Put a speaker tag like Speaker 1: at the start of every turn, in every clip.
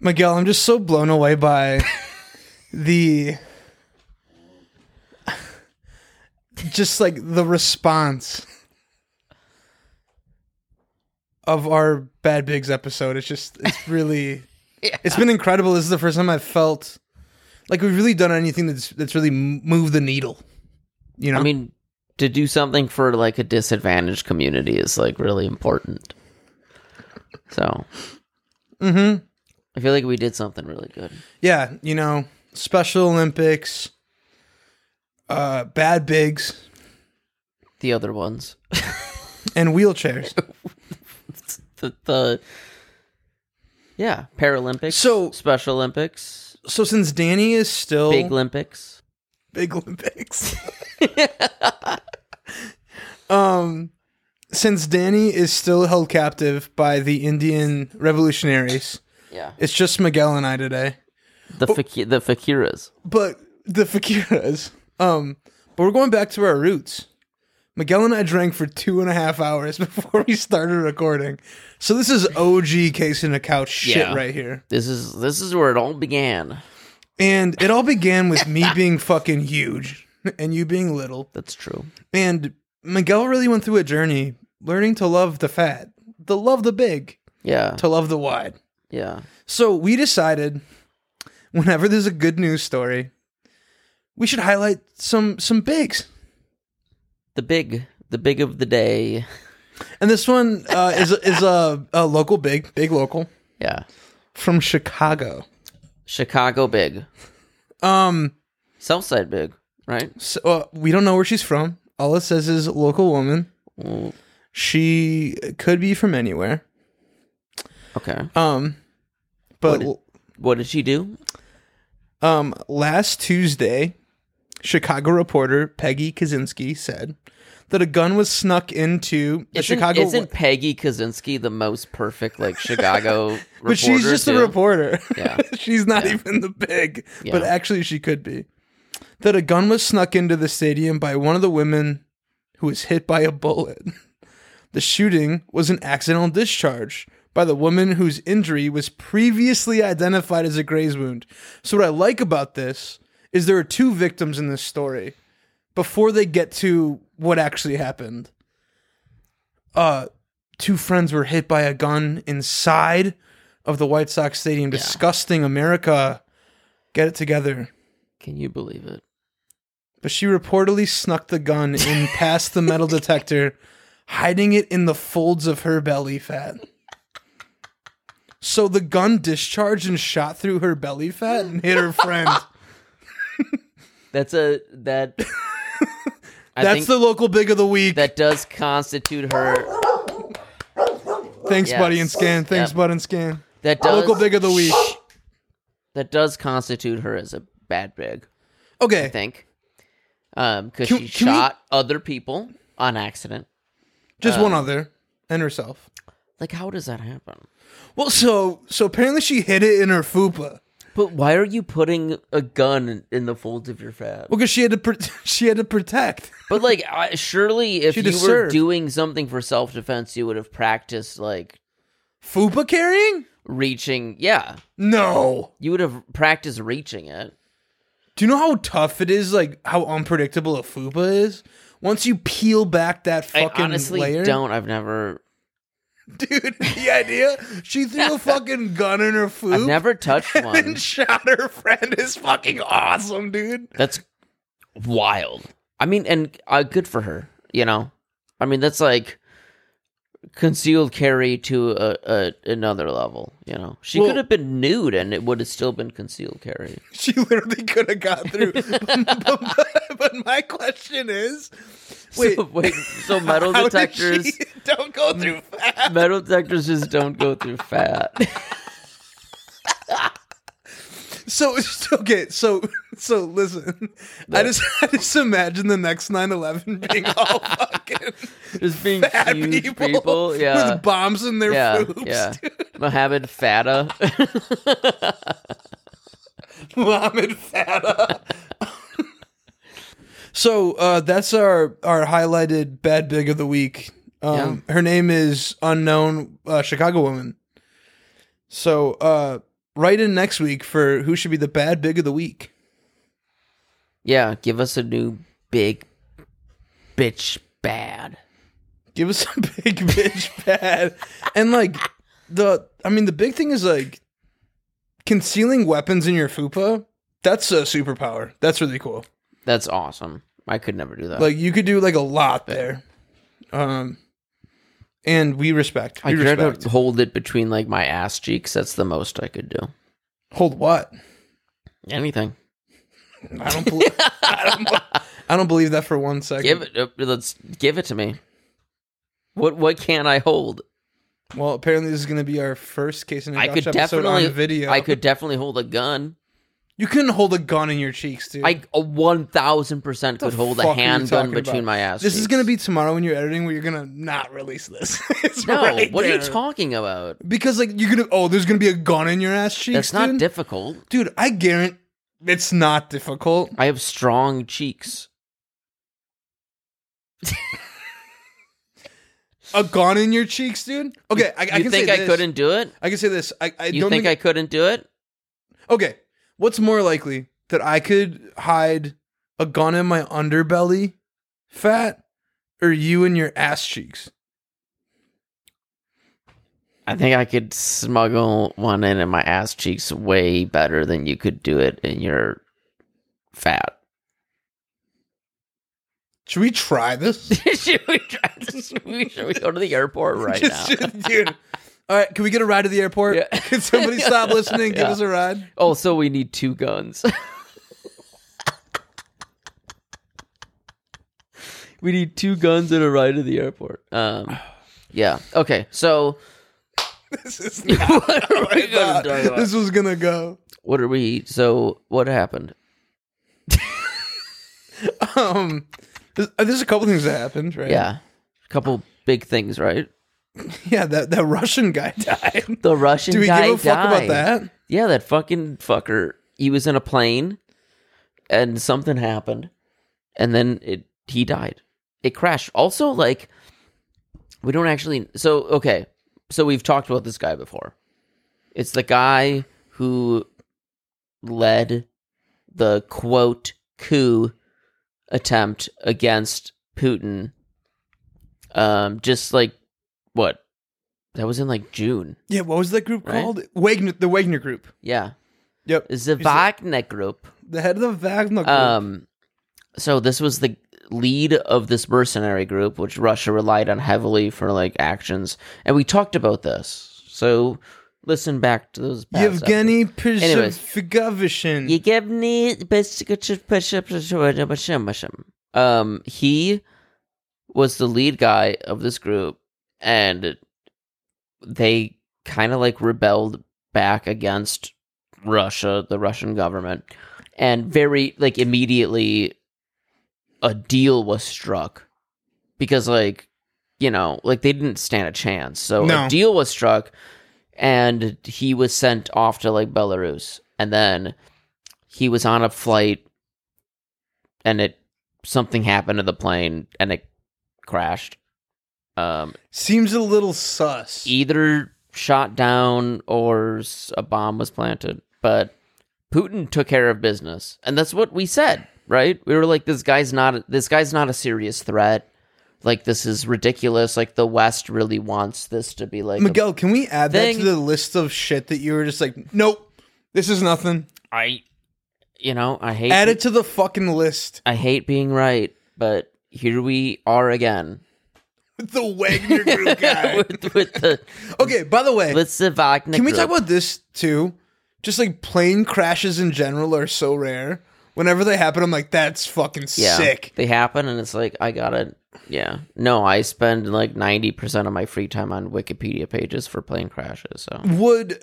Speaker 1: Miguel, I'm just so blown away by the just like the response of our Bad Bigs episode. It's just it's really it's been incredible. This is the first time I've felt like we've really done anything that's that's really moved the needle. You know,
Speaker 2: I mean, to do something for like a disadvantaged community is like really important. So,
Speaker 1: Mm-hmm.
Speaker 2: I feel like we did something really good.
Speaker 1: yeah, you know, Special Olympics, uh, Bad Bigs,
Speaker 2: The other ones,
Speaker 1: and wheelchairs.
Speaker 2: the, the yeah, Paralympics,
Speaker 1: So-
Speaker 2: Special Olympics,
Speaker 1: So since Danny is still
Speaker 2: Big Olympics.
Speaker 1: Big Olympics. um, since Danny is still held captive by the Indian revolutionaries,
Speaker 2: Yeah,
Speaker 1: it's just Miguel and I today.
Speaker 2: the faki- the fakiras.
Speaker 1: But the fakiras. Um, but we're going back to our roots. Miguel and I drank for two and a half hours before we started recording. So this is OG case in a couch shit
Speaker 2: Yeah.
Speaker 1: right here.
Speaker 2: This is this is where it all began.
Speaker 1: And it all began with me being fucking huge and you being little.
Speaker 2: That's true.
Speaker 1: And Miguel really went through a journey learning to love the fat, to love the big,
Speaker 2: Yeah,
Speaker 1: to love the wide.
Speaker 2: yeah.
Speaker 1: So we decided whenever there's a good news story, we should highlight some some bigs.
Speaker 2: The big, the big of the day.
Speaker 1: And this one uh, is is a, a local big, big local
Speaker 2: Yeah,
Speaker 1: from Chicago.
Speaker 2: Chicago big,
Speaker 1: Um,
Speaker 2: Southside big, right?
Speaker 1: so, uh, we don't know where she's from. All it says is local woman.
Speaker 2: Mm,
Speaker 1: She could be from anywhere.
Speaker 2: Okay.
Speaker 1: Um, but
Speaker 2: What- What did she do?
Speaker 1: Um, last Tuesday, Chicago reporter Peggy Kaczynski said that a gun was snuck into the
Speaker 2: Isn't-
Speaker 1: Chicago.
Speaker 2: Isn't Peggy Kaczynski the most perfect like Chicago? reporter
Speaker 1: but she's just
Speaker 2: too?
Speaker 1: a reporter.
Speaker 2: Yeah.
Speaker 1: she's not even the big, but
Speaker 2: Yeah.
Speaker 1: actually she could be. That a gun was snuck into the stadium by one of the women who was hit by a bullet. The shooting was an accidental discharge by the woman whose injury was previously identified as a graze wound. So, what I like about this is there are two victims in this story before they get to what actually happened. Uh, two friends were hit by a gun inside of the White Sox Stadium. Disgusting America. Get it together.
Speaker 2: Can you believe it?
Speaker 1: But she reportedly snuck the gun in past the metal detector, hiding it in the folds of her belly fat. So the gun discharged and shot through her belly fat and hit her friend.
Speaker 2: That's a that. I
Speaker 1: That's
Speaker 2: think
Speaker 1: the local big of the week.
Speaker 2: that does constitute her.
Speaker 1: Thanks,
Speaker 2: Yes.
Speaker 1: Buddy and Scan. Thanks,
Speaker 2: Yep.
Speaker 1: Bud and Scan.
Speaker 2: That does
Speaker 1: Local big of the week.
Speaker 2: that does constitute her as a bad big.
Speaker 1: Okay.
Speaker 2: I think, um, because
Speaker 1: Can-
Speaker 2: she
Speaker 1: can we-
Speaker 2: shot other people on accident.
Speaker 1: Just
Speaker 2: uh,
Speaker 1: one other. And herself.
Speaker 2: Like, how does that happen?
Speaker 1: Well, so so apparently she hid it in her fupa.
Speaker 2: But why are you putting a gun in the folds of your fat?
Speaker 1: Well, because she had to pr- she had to protect.
Speaker 2: But like, I, surely if
Speaker 1: She
Speaker 2: you
Speaker 1: just
Speaker 2: were
Speaker 1: served.
Speaker 2: doing something for self defense, you would have practiced like
Speaker 1: Fupa carrying?
Speaker 2: reaching. Yeah,
Speaker 1: No.
Speaker 2: you would have practiced reaching it.
Speaker 1: Do you know how tough it is? Like how unpredictable a fupa is. Once you peel back that
Speaker 2: I
Speaker 1: fucking
Speaker 2: honestly
Speaker 1: layer,
Speaker 2: don't. I've never,
Speaker 1: dude. The idea she threw a fucking gun in her fupa
Speaker 2: I've never touched one.
Speaker 1: and shot her friend is fucking awesome, dude.
Speaker 2: That's wild. I mean, and uh, good for her. You know, I mean, that's like concealed carry to a, a another level. You know, she
Speaker 1: Well-
Speaker 2: could have been nude and it would have still been concealed carry.
Speaker 1: She literally could have got through. but, but- but my question is, wait,
Speaker 2: so, wait, so metal
Speaker 1: how did
Speaker 2: detectors,
Speaker 1: she- don't go through fat.
Speaker 2: metal detectors just don't go through fat.
Speaker 1: So okay, so so listen. I just I just imagine the next 9-11 being all fucking
Speaker 2: just being
Speaker 1: bad
Speaker 2: huge people,
Speaker 1: people,
Speaker 2: yeah.
Speaker 1: with bombs in their
Speaker 2: yeah,
Speaker 1: foops.
Speaker 2: yeah. Mohammed Fatta.
Speaker 1: Mohammed Fatah. so uh, that's our our highlighted bad big of the week. Um, Her name is unknown uh, Chicago woman. So uh, write in next week for who should be the bad big of the week.
Speaker 2: Yeah, give us a new big bitch bad.
Speaker 1: Give us some big bitch bad. And like the I mean the big thing is like concealing weapons in your fupa, that's a superpower. That's really cool.
Speaker 2: That's awesome. I could never do that.
Speaker 1: Like you could do like a lot there. Um and we respect.
Speaker 2: I
Speaker 1: We
Speaker 2: could have
Speaker 1: respect.
Speaker 2: to hold it between like my ass cheeks. That's the most I could do.
Speaker 1: Hold what?
Speaker 2: Anything.
Speaker 1: I don't believe I, don't, be- I don't believe that for one second.
Speaker 2: Give it. Uh, let's give it to me. What what can I hold?
Speaker 1: Well, apparently this is going to be our first case in a
Speaker 2: I could
Speaker 1: episode
Speaker 2: definitely
Speaker 1: on video.
Speaker 2: I could definitely hold a gun.
Speaker 1: You couldn't hold a gun in your cheeks, dude.
Speaker 2: I a one thousand percent
Speaker 1: What
Speaker 2: could
Speaker 1: the
Speaker 2: hold
Speaker 1: fuck
Speaker 2: a
Speaker 1: are you
Speaker 2: handgun
Speaker 1: talking
Speaker 2: between
Speaker 1: about?
Speaker 2: my ass.
Speaker 1: This is
Speaker 2: cheeks.
Speaker 1: gonna be tomorrow when you're editing, where you're gonna not release this. It's
Speaker 2: no.
Speaker 1: right
Speaker 2: what are you
Speaker 1: there.
Speaker 2: talking about?
Speaker 1: Because like you're gonna oh, there's gonna be a gun in your ass cheeks.
Speaker 2: That's not
Speaker 1: dude?
Speaker 2: difficult.
Speaker 1: dude. I guarantee it's not difficult.
Speaker 2: I have strong cheeks.
Speaker 1: A gun in your cheeks, dude. Okay, I, I
Speaker 2: you
Speaker 1: can
Speaker 2: think
Speaker 1: say
Speaker 2: I
Speaker 1: this.
Speaker 2: couldn't do it?
Speaker 1: I can say this. I, I
Speaker 2: You
Speaker 1: don't
Speaker 2: think I couldn't do it?
Speaker 1: Okay, what's more likely that I could hide a gun in my underbelly fat, or you in your ass cheeks?
Speaker 2: I think I could smuggle one in in my ass cheeks way better than you could do it in your fat.
Speaker 1: Should we try this?
Speaker 2: should we try this? Should we, should we go to the airport right now?
Speaker 1: Just- dude. All right, can we get a ride to the airport?
Speaker 2: Yeah.
Speaker 1: Can somebody stop listening? Give
Speaker 2: Yeah.
Speaker 1: us a ride.
Speaker 2: Oh, so we need two guns. we need two guns and a ride to the airport. Um, yeah. Okay. So
Speaker 1: This is not
Speaker 2: what are
Speaker 1: what I
Speaker 2: we gonna
Speaker 1: thought
Speaker 2: talk about?
Speaker 1: this was gonna go.
Speaker 2: What are we? So what happened?
Speaker 1: Um, there's, uh, there's a couple things that happened, right?
Speaker 2: Yeah, a couple big things, right?
Speaker 1: yeah. That that Russian guy died.
Speaker 2: The Russian
Speaker 1: Do we
Speaker 2: guy
Speaker 1: give a fuck about
Speaker 2: died.
Speaker 1: that?
Speaker 2: Yeah, that fucking fucker. He was in a plane, and something happened, and then it he died. It crashed. Also, like we don't actually. So okay, so we've talked about this guy before. It's the guy who led the quote coup attempt against Putin. Um, just like what that was in like June.
Speaker 1: Yeah. What was that group
Speaker 2: Right?
Speaker 1: called? Wagner, the Wagner Group.
Speaker 2: Yeah,
Speaker 1: Yep.
Speaker 2: it's the
Speaker 1: Is it-
Speaker 2: Wagner Group.
Speaker 1: The head of the Wagner Group.
Speaker 2: Um, so this was the lead of this mercenary group, which Russia relied on heavily for like actions, and we talked about this. So listen back to those. past
Speaker 1: Yevgeny
Speaker 2: Anyways.
Speaker 1: Przevshigavishin.
Speaker 2: you give me um he was the lead guy of this group and they kind of like rebelled back against Russia, the Russian government. And very like immediately a deal was struck because like you know, like they didn't stand a chance. So
Speaker 1: No.
Speaker 2: a deal was struck and he was sent off to like Belarus and then he was on a flight and it something happened to the plane and it crashed um
Speaker 1: Seems a little sus.
Speaker 2: either shot down or s- a bomb was planted but putin took care of business and that's what we said right we were like this guy's not this guy's not a serious threat like this is ridiculous like the west really wants this to be like a-
Speaker 1: Miguel, can we add that
Speaker 2: thing-
Speaker 1: to the list of shit that you were just like, nope, this is nothing.
Speaker 2: I, you know i hate
Speaker 1: Add it to the fucking list.
Speaker 2: i hate being right but here we are again
Speaker 1: the Wagner Group guy.
Speaker 2: with, with the
Speaker 1: okay, by the way,
Speaker 2: with the Wagner
Speaker 1: can we talk
Speaker 2: group.
Speaker 1: about this too? Just like plane crashes in general are so rare. Whenever they happen, I'm like, that's fucking
Speaker 2: yeah,
Speaker 1: sick.
Speaker 2: They happen, and it's like I gotta. Yeah, no, I spend like ninety percent of my free time on Wikipedia pages for plane crashes. So
Speaker 1: Would.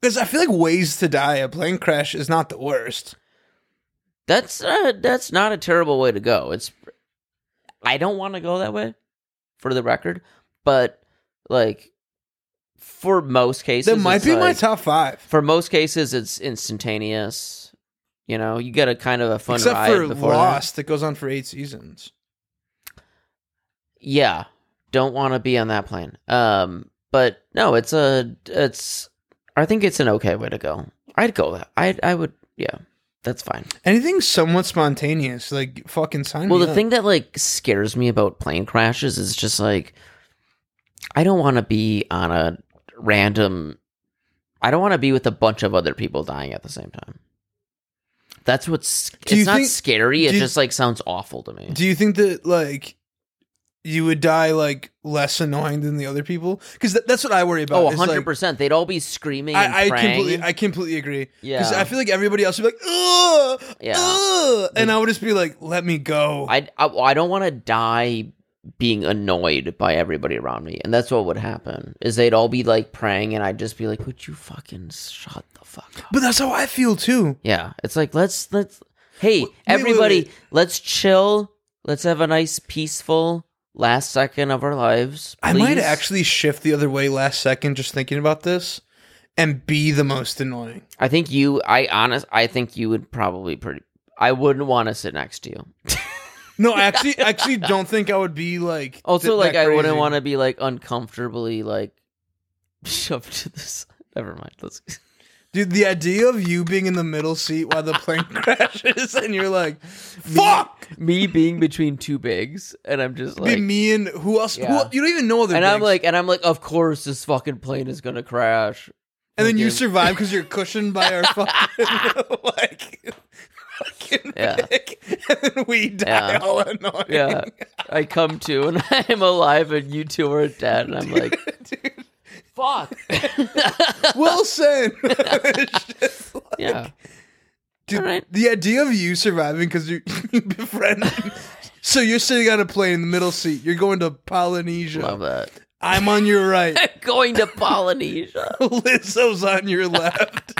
Speaker 1: Because I feel like ways to die, a plane crash is not the worst.
Speaker 2: that's uh, that's not a terrible way to go. It's I don't want to go that way, for the record, but like for most cases,
Speaker 1: That might
Speaker 2: it's
Speaker 1: be my
Speaker 2: like-
Speaker 1: top five.
Speaker 2: For most cases, it's instantaneous. You know, you get a kind of a fun
Speaker 1: Except
Speaker 2: ride
Speaker 1: for
Speaker 2: before that.
Speaker 1: Lost, that goes on for eight seasons.
Speaker 2: yeah don't want to be on that plane um but no it's a it's I think it's an okay way to go. I'd go that. I I would. Yeah, that's fine.
Speaker 1: Anything somewhat spontaneous, like fucking sign
Speaker 2: Well,
Speaker 1: me
Speaker 2: the
Speaker 1: up.
Speaker 2: thing that like scares me about plane crashes is just like I don't want to be on a random I don't want to be with a bunch of other people dying at the same time. That's what's
Speaker 1: Do you
Speaker 2: it's not
Speaker 1: think-
Speaker 2: scary, it
Speaker 1: do you-
Speaker 2: just like sounds awful to me.
Speaker 1: Do you think that like you would die like less annoying than the other people? Because that's what I worry about.
Speaker 2: oh,
Speaker 1: is, like,
Speaker 2: 100%. They'd all be screaming and
Speaker 1: I, I
Speaker 2: praying.
Speaker 1: completely, I completely agree.
Speaker 2: yeah.
Speaker 1: Because I feel like everybody else would be like, ugh,
Speaker 2: Yeah.
Speaker 1: ugh," and I would just be like, let me go.
Speaker 2: I, I, I don't want to die being annoyed by everybody around me. And that's what would happen is they'd all be like praying and I'd just be like, would you fucking shut the fuck up?
Speaker 1: but that's how I feel too.
Speaker 2: Yeah, it's like let's let's hey
Speaker 1: wait,
Speaker 2: everybody,
Speaker 1: wait.
Speaker 2: let's chill. Let's have a nice peaceful last second of our lives.
Speaker 1: I might
Speaker 2: please.
Speaker 1: actually shift the other way last second just thinking about this and be the most annoying.
Speaker 2: I think you. I honest. I think you would probably pretty. I wouldn't want to sit next to you.
Speaker 1: No, I actually actually don't think I would be like
Speaker 2: Also,
Speaker 1: th-
Speaker 2: like
Speaker 1: that
Speaker 2: I wouldn't
Speaker 1: crazy.
Speaker 2: want to be like uncomfortably like shoved to the side. Never mind. Let's.
Speaker 1: Dude, the idea of you being in the middle seat while the plane crashes and you're like, "Fuck!"
Speaker 2: Me being between two bigs, and I'm just
Speaker 1: Be
Speaker 2: like.
Speaker 1: me and who else? Who,
Speaker 2: Yeah.
Speaker 1: el- you don't even know other.
Speaker 2: and I'm
Speaker 1: bigs.
Speaker 2: like, and I'm like, of course this fucking plane is gonna crash.
Speaker 1: and then you
Speaker 2: okay.
Speaker 1: survive because you're cushioned by our fucking like fucking
Speaker 2: Yeah.
Speaker 1: big, and then we die
Speaker 2: Yeah.
Speaker 1: all annoying.
Speaker 2: Yeah. I come to and I'm alive and you two are dead and I'm like
Speaker 1: Dude,
Speaker 2: fuck.
Speaker 1: Wilson. It's just like-
Speaker 2: yeah.
Speaker 1: Dude,
Speaker 2: All right.
Speaker 1: the idea of you surviving because you you befriend. so you're sitting on a plane in the middle seat. You're going to Polynesia.
Speaker 2: Love that.
Speaker 1: I'm on your right.
Speaker 2: Going to Polynesia.
Speaker 1: Lizzo's on your left,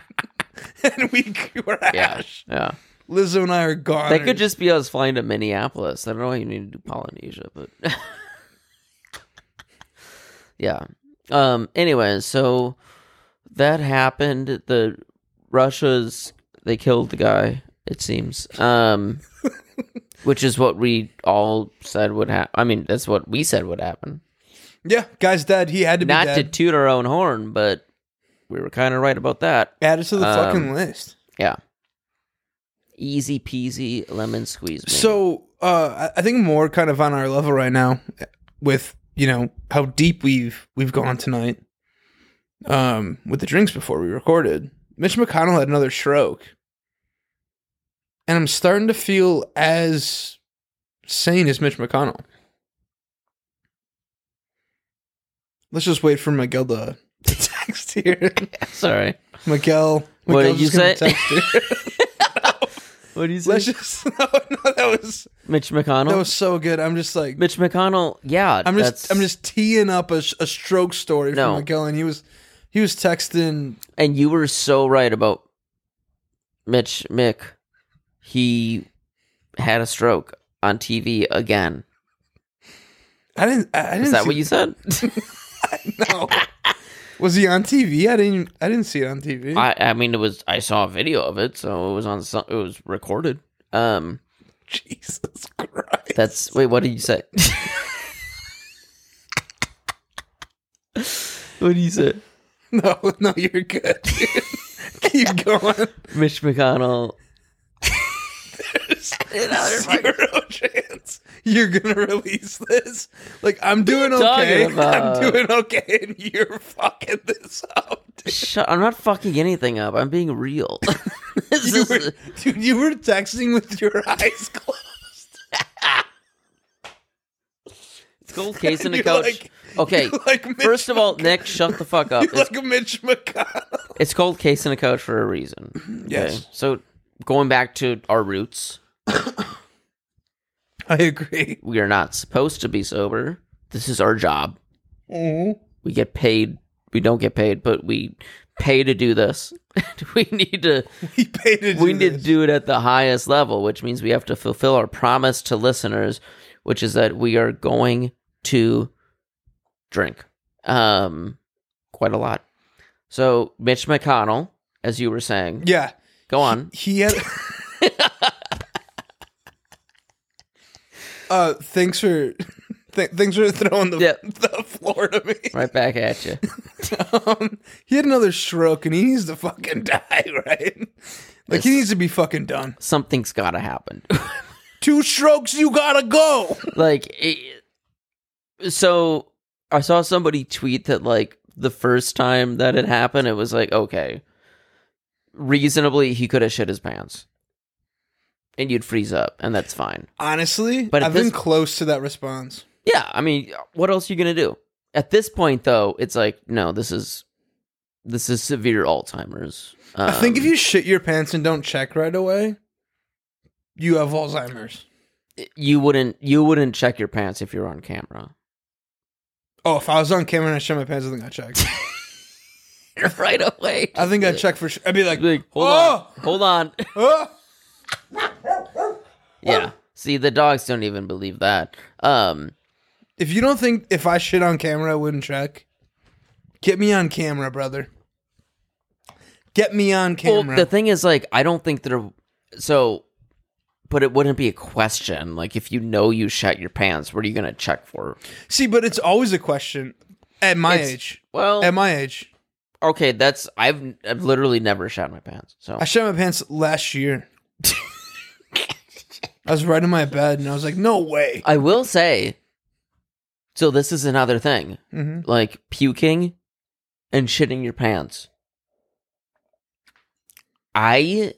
Speaker 1: and we
Speaker 2: Yeah.
Speaker 1: crash.
Speaker 2: Yeah.
Speaker 1: Lizzo and I are gone.
Speaker 2: That could just be us flying to Minneapolis. I don't know why you need to do Polynesia, but Yeah. Um anyway, so that happened. The Russia's they killed the guy, it seems. Um which is what we all said would happen. I mean, that's what we said would happen.
Speaker 1: yeah, guy's dead. He had to be
Speaker 2: Not
Speaker 1: dead.
Speaker 2: to toot our own horn, but we were kind of right about that.
Speaker 1: Add it to the
Speaker 2: Um,
Speaker 1: fucking list.
Speaker 2: Yeah. Easy peasy lemon squeeze. man.
Speaker 1: So uh, I I think more kind of on our level right now, with you know how deep we've we've gone tonight. Um, with the drinks before we recorded, Mitch McConnell had another stroke, and I'm starting to feel as sane as Mitch McConnell. Let's just wait for Miguel to, to text here.
Speaker 2: sorry.
Speaker 1: Miguel,
Speaker 2: What did
Speaker 1: Miguel's
Speaker 2: you
Speaker 1: just gonna
Speaker 2: say?
Speaker 1: text here.
Speaker 2: What do you say?
Speaker 1: Let's just no, no, that was
Speaker 2: Mitch McConnell.
Speaker 1: that was so good. I'm just like
Speaker 2: Mitch McConnell. Yeah.
Speaker 1: I'm just
Speaker 2: that's-
Speaker 1: I'm just teeing up a, sh- a stroke story
Speaker 2: No.
Speaker 1: from Miguel, and he was he was texting.
Speaker 2: And you were so right about Mitch Mick. He had a stroke on TV again.
Speaker 1: I didn't. I, I didn't.
Speaker 2: Is that
Speaker 1: see,
Speaker 2: what you said?
Speaker 1: No. was he on TV? I didn't. I didn't see it on TV.
Speaker 2: I, I mean, it was. I saw a video of it, so it was on. some- It was recorded. Um,
Speaker 1: Jesus Christ!
Speaker 2: that's wait. What did you say? what did you say?
Speaker 1: No, no, you're good. Keep going.
Speaker 2: Mitch McConnell.
Speaker 1: Zero chance you're gonna release this. Like I'm doing
Speaker 2: talking
Speaker 1: okay.
Speaker 2: about?
Speaker 1: I'm doing okay, and you're fucking this up. dude.
Speaker 2: Shut! I'm not fucking anything up. I'm being real. This
Speaker 1: You
Speaker 2: is-
Speaker 1: were, dude, you were texting with your eyes closed.
Speaker 2: it's cold case in the
Speaker 1: You're
Speaker 2: couch.
Speaker 1: like-
Speaker 2: okay.
Speaker 1: you're like Mitch
Speaker 2: First of all, Nick, shut the fuck up.
Speaker 1: You're
Speaker 2: It's,
Speaker 1: like a Mitch McConnell.
Speaker 2: it's cold case in the couch for a reason.
Speaker 1: Yes.
Speaker 2: Okay, So going back to our roots,
Speaker 1: I agree.
Speaker 2: we are not supposed to be sober. This is our job.
Speaker 1: Mhm.
Speaker 2: we get paid we don't get paid but we pay to do this we need to
Speaker 1: He paid to do
Speaker 2: we need to
Speaker 1: this.
Speaker 2: do it at the highest level which means we have to fulfill our promise to listeners which is that we are going to drink um quite a lot so mitch mcconnell as you were saying
Speaker 1: Yeah,
Speaker 2: go on
Speaker 1: he had. uh, thanks for, th- thanks for throwing the
Speaker 2: Yeah.
Speaker 1: the floor to me.
Speaker 2: right back at you
Speaker 1: Um, he had another stroke and he needs to fucking die, right? Like he
Speaker 2: This-
Speaker 1: needs to be fucking done.
Speaker 2: Something's got to happen.
Speaker 1: Two strokes, you gotta go.
Speaker 2: like it, so i saw somebody tweet that like the first time that it happened it was like okay reasonably he could have shit his pants and you'd freeze up and that's fine
Speaker 1: Honestly,
Speaker 2: But at
Speaker 1: I've been
Speaker 2: this-
Speaker 1: close to that response.
Speaker 2: yeah i mean what else are you gonna do at this point though it's like no this is this is severe alzheimer's
Speaker 1: I think if
Speaker 2: Um,
Speaker 1: you shit your pants and don't check right away, you have Alzheimer's.
Speaker 2: you wouldn't you wouldn't check your pants if you're on camera
Speaker 1: Oh, if I was on camera and I shit my pants, I think I checked.
Speaker 2: right away
Speaker 1: I think I checked for sure. I'd be like,
Speaker 2: like hold
Speaker 1: oh,
Speaker 2: on hold on
Speaker 1: oh.
Speaker 2: Yeah. See, the dogs don't even believe that. Um,
Speaker 1: If you don't think if I shit on camera, I wouldn't check, get me on camera, brother. Get me on
Speaker 2: well,
Speaker 1: camera.
Speaker 2: the thing is, like, I don't think there. So, but it wouldn't be a question. Like, if you know you shut your pants, what are you gonna check for?
Speaker 1: See, but it's always a question at my
Speaker 2: It's-
Speaker 1: age.
Speaker 2: Well,
Speaker 1: At my age,
Speaker 2: okay, that's I've I've literally never shot my pants. So
Speaker 1: I shit my pants last year. I was right in my bed and I was like, no way.
Speaker 2: I will say. So this is another thing,
Speaker 1: hmm
Speaker 2: like puking, and shitting your pants. I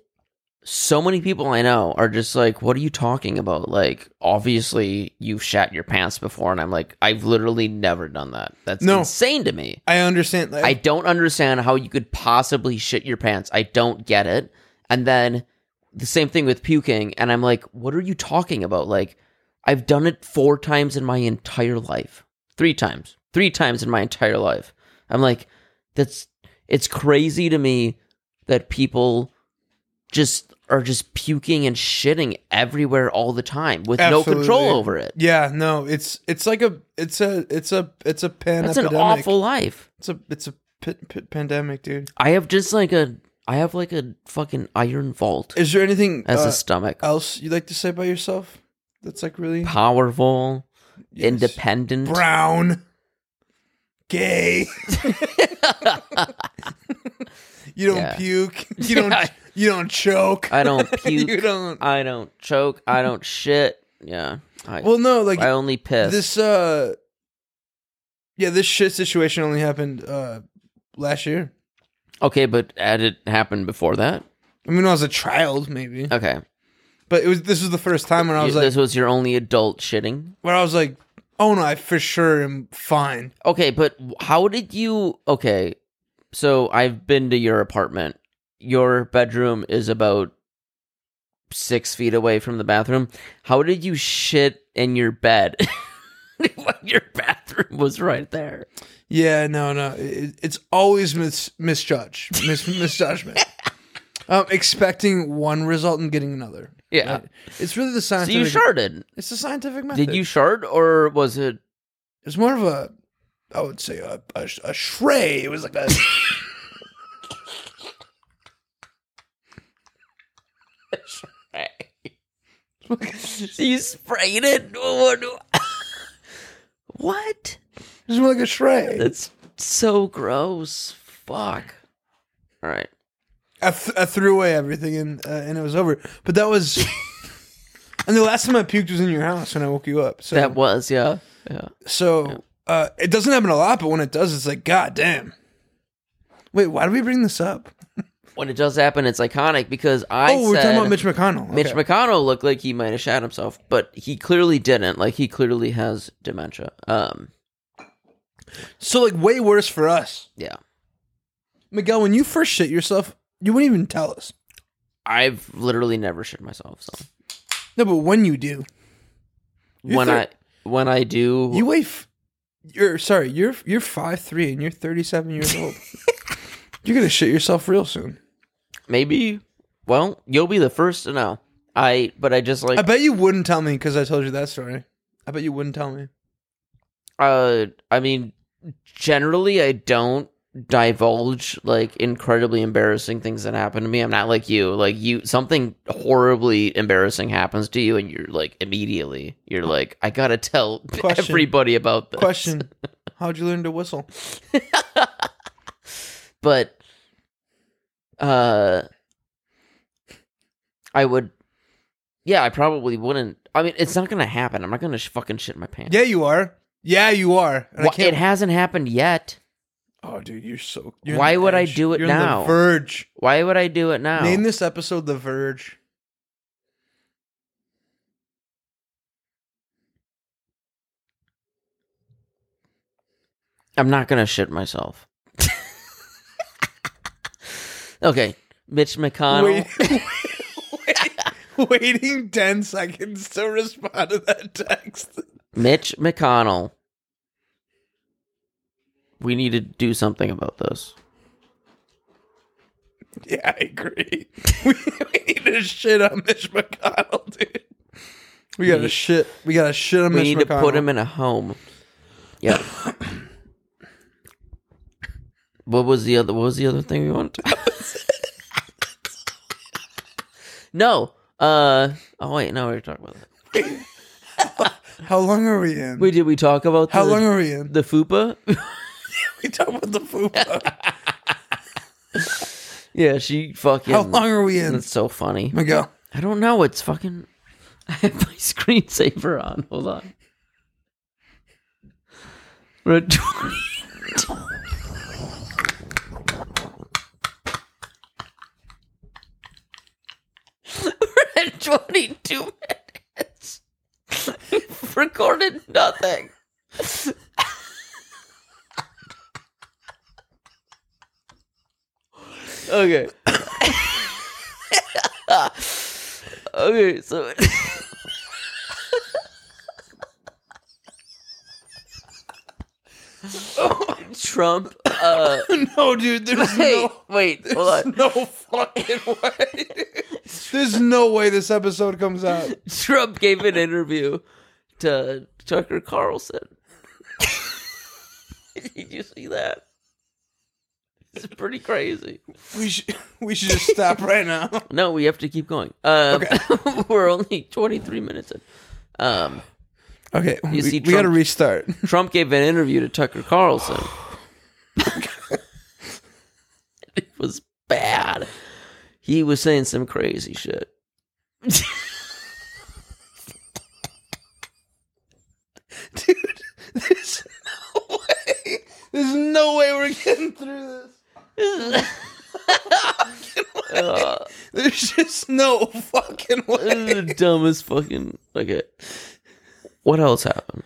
Speaker 2: so many people I know are just like, what are you talking about? Like, obviously you've shat your pants before, and I'm like, I've literally never done that. That's
Speaker 1: No.
Speaker 2: insane to me.
Speaker 1: I understand. Like,
Speaker 2: I don't understand how you could possibly shit your pants. I don't get it. And then the same thing with puking, and I'm like, what are you talking about? Like, I've done it four times in my entire life. Three times. Three times in my entire life. I'm like, that's it's crazy to me that people just are just puking and shitting everywhere all the time with no
Speaker 1: Absolutely.
Speaker 2: control over it.
Speaker 1: yeah, no, it's it's like a it's a it's a it's a pan
Speaker 2: That's an
Speaker 1: epidemic.
Speaker 2: awful life.
Speaker 1: It's a it's a p- p- pandemic, dude.
Speaker 2: I have just like a I have like a fucking iron vault
Speaker 1: Is there anything
Speaker 2: as
Speaker 1: uh,
Speaker 2: a stomach.
Speaker 1: else you'd like to say about yourself? That's like really
Speaker 2: Powerful,
Speaker 1: Yes.
Speaker 2: independent.
Speaker 1: brown, gay. you don't
Speaker 2: Yeah.
Speaker 1: puke. You don't.
Speaker 2: Yeah.
Speaker 1: You don't choke.
Speaker 2: I don't
Speaker 1: you
Speaker 2: puke.
Speaker 1: don't.
Speaker 2: I don't choke. I don't shit. Yeah. I,
Speaker 1: Well, no, like
Speaker 2: I only piss.
Speaker 1: this. uh Yeah, this shit situation only happened uh last year.
Speaker 2: okay, but had it happened before that?
Speaker 1: I mean, when I was a child, maybe,
Speaker 2: Okay.
Speaker 1: but it was. This was the first time when I was
Speaker 2: You-
Speaker 1: like,
Speaker 2: this was your only adult shitting?
Speaker 1: where I was like, oh no, I for sure am fine.
Speaker 2: Okay, but how did you. Okay. So I've been to your apartment. Your bedroom is about six feet away from the bathroom. How did you shit in your bed? when your bathroom was right there.
Speaker 1: Yeah, no, no. It, it's always mis- misjudge, mis- misjudgment. Um, expecting one result and getting another.
Speaker 2: Yeah.
Speaker 1: Right? It's really the
Speaker 2: So you
Speaker 1: scientific.
Speaker 2: sharded.
Speaker 1: It's the scientific method.
Speaker 2: Did you shard or was it
Speaker 1: It's more of a, I would say a a, a shray. It was like a.
Speaker 2: you sprayed it? What? what?
Speaker 1: It's more like a shray.
Speaker 2: That's so gross. Fuck. All right.
Speaker 1: I, th- I threw away everything and uh, and it was over. But that was. and the last time I puked was in your house when I woke you up. So
Speaker 2: That was yeah. Yeah.
Speaker 1: so uh, it doesn't happen a lot, but when it does, it's like god damn. Wait, why did we bring this up?
Speaker 2: When it does happen, it's iconic because I
Speaker 1: oh, we're
Speaker 2: said
Speaker 1: talking about Mitch McConnell.
Speaker 2: Mitch
Speaker 1: Okay.
Speaker 2: McConnell looked like he might have shot himself, but he clearly didn't. Like he clearly has dementia. Um.
Speaker 1: so like way worse for us.
Speaker 2: Yeah.
Speaker 1: Miguel, when you first shit yourself, you wouldn't even tell us.
Speaker 2: I've literally never shit myself. So
Speaker 1: No, but when you do, You're
Speaker 2: when
Speaker 1: thir-
Speaker 2: I when I do,
Speaker 1: you weigh. F- you're sorry. You're you're five three and you're thirty seven years old. you're gonna shit yourself real soon.
Speaker 2: maybe. Well, you'll be the first to know. I but I just like
Speaker 1: I bet you wouldn't tell me because I told you that story. I bet you wouldn't tell me.
Speaker 2: uh i mean generally i don't divulge like incredibly embarrassing things that happen to me i'm not like you like you something horribly embarrassing happens to you and you're like immediately you're like i gotta tell
Speaker 1: Question.
Speaker 2: everybody about this
Speaker 1: Question: How'd you learn to whistle?
Speaker 2: but uh I would yeah, I probably wouldn't. I mean, it's not going to happen. I'm not going to sh- fucking shit my pants.
Speaker 1: Yeah, you are. Yeah, you are. And I
Speaker 2: Wha-
Speaker 1: can't-
Speaker 2: it hasn't happened yet.
Speaker 1: oh, dude, you're so. you
Speaker 2: Why would I do it
Speaker 1: you're On
Speaker 2: now?
Speaker 1: the verge.
Speaker 2: Why would I do it now?
Speaker 1: Name this episode "The Verge."
Speaker 2: I'm not gonna shit myself. okay, Mitch McConnell.
Speaker 1: Wait, wait, waiting ten seconds to respond to that text.
Speaker 2: Mitch McConnell. We need to do something about this.
Speaker 1: Yeah, I agree. We, we need to shit on Mitch McConnell, dude. We gotta
Speaker 2: We-
Speaker 1: shit. We gotta shit on
Speaker 2: We
Speaker 1: Mitch
Speaker 2: need
Speaker 1: McConnell.
Speaker 2: to put him in a home. Yeah. what was the other? What was the other thing we wanted? To- no. Uh. Oh wait. No, we were talking about that.
Speaker 1: How long are we in?
Speaker 2: Wait, did we talk about
Speaker 1: How
Speaker 2: the,
Speaker 1: long are we in?
Speaker 2: the fupa?
Speaker 1: we talk about the food.
Speaker 2: yeah, she fucking.
Speaker 1: How long are we in?
Speaker 2: That's so funny.
Speaker 1: Miguel.
Speaker 2: I don't know. It's fucking. I have my screensaver on. Hold on. We're at 20. We're at 22 minutes. We've recorded nothing. okay. Okay, so. Trump. Uh,
Speaker 1: No, dude. There's
Speaker 2: hey,
Speaker 1: no.
Speaker 2: wait, hold
Speaker 1: There's
Speaker 2: on.
Speaker 1: no fucking way. There's no way this episode comes out.
Speaker 2: Trump gave an interview to Tucker Carlson. Did you see that? It's pretty crazy.
Speaker 1: We should we should just stop right now.
Speaker 2: No, we have to keep going. Uh, we're only 23 minutes in. Um,
Speaker 1: Okay, we,
Speaker 2: see
Speaker 1: we gotta
Speaker 2: Trump-
Speaker 1: restart.
Speaker 2: Trump gave an interview to Tucker Carlson. it was bad. He was saying some crazy shit.
Speaker 1: Dude, there's no way. There's no way we're getting through this.
Speaker 2: Uh,
Speaker 1: There's just no fucking
Speaker 2: this
Speaker 1: way.
Speaker 2: is the dumbest Uh, fucking. Okay. What else happened?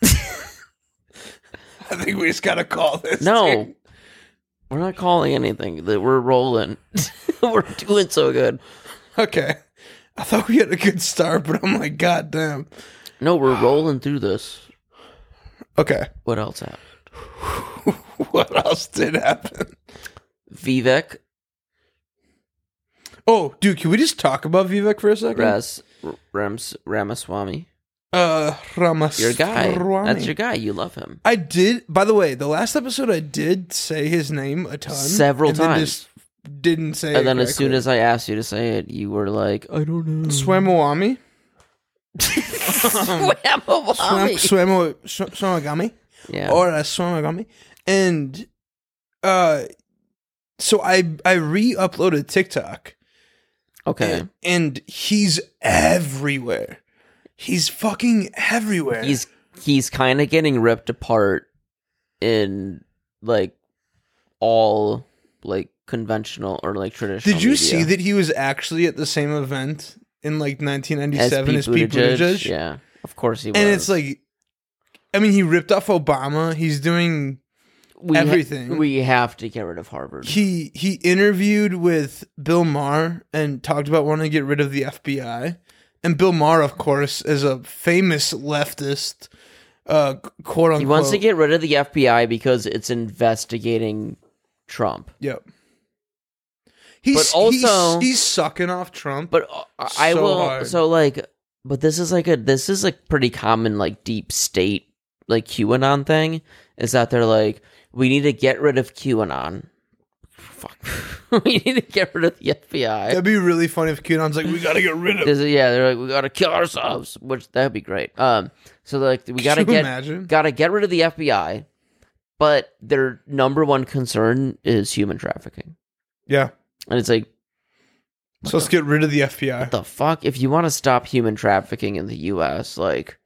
Speaker 1: I think we just gotta call this.
Speaker 2: No.
Speaker 1: dude.
Speaker 2: We're not calling anything. That We're rolling. We're doing so good.
Speaker 1: Okay. I thought we had a good start, but I'm like, god damn.
Speaker 2: No, we're rolling through this.
Speaker 1: Okay.
Speaker 2: What else happened?
Speaker 1: What else did happen?
Speaker 2: Vivek
Speaker 1: Oh, dude, can we just talk about Vivek for a second?
Speaker 2: Ras Rams Ramaswamy.
Speaker 1: Uh, Ramaswamy.
Speaker 2: Your guy. That's your guy. You love him.
Speaker 1: I did. By the way, the last episode I did say his name a ton,
Speaker 2: Several
Speaker 1: and then
Speaker 2: times.
Speaker 1: just didn't say.
Speaker 2: And then as soon as I asked you to say it, you were like, I don't know.
Speaker 1: Swamawami, Swam,
Speaker 2: Swamawami.
Speaker 1: Swamo, Sw- Swamagami,
Speaker 2: Yeah.
Speaker 1: or uh, Swamagami, and uh, so I I re-uploaded TikTok,
Speaker 2: okay.
Speaker 1: and, and he's everywhere. He's fucking everywhere.
Speaker 2: He's he's kind of getting ripped apart in like all like conventional or like traditional.
Speaker 1: Did you
Speaker 2: media.
Speaker 1: see that he was actually at the same event in like
Speaker 2: As
Speaker 1: 1997
Speaker 2: Pete
Speaker 1: as Pete
Speaker 2: Buttigieg?
Speaker 1: Buttigieg?
Speaker 2: Yeah. Of course he was.
Speaker 1: and it's like i mean he ripped off obama he's doing
Speaker 2: we ha-
Speaker 1: everything.
Speaker 2: we have to get rid of Harvard.
Speaker 1: he he interviewed with bill maher and talked about wanting to get rid of the fbi and bill maher of course is a famous leftist uh quote unquote
Speaker 2: He wants to get rid of the FBI because it's investigating Trump.
Speaker 1: yep he's
Speaker 2: But also-
Speaker 1: he's, he's sucking off trump
Speaker 2: But uh, I I
Speaker 1: So
Speaker 2: will
Speaker 1: hard.
Speaker 2: so like but this is like a this is a pretty common like deep state like QAnon thing is that they're like we need to get rid of QAnon. Fuck. we need to get rid of the FBI.
Speaker 1: that'd be really funny if qanon's like we gotta get rid of
Speaker 2: Is it- yeah, they're like we got to kill ourselves, which that'd be great. Um so like we got to
Speaker 1: Could you
Speaker 2: get
Speaker 1: imagine
Speaker 2: got to get rid of the FBI. but their number one concern is human trafficking.
Speaker 1: Yeah.
Speaker 2: And it's like,
Speaker 1: So let's get rid of the FBI.
Speaker 2: what the fuck? If you want to stop human trafficking in the US, like,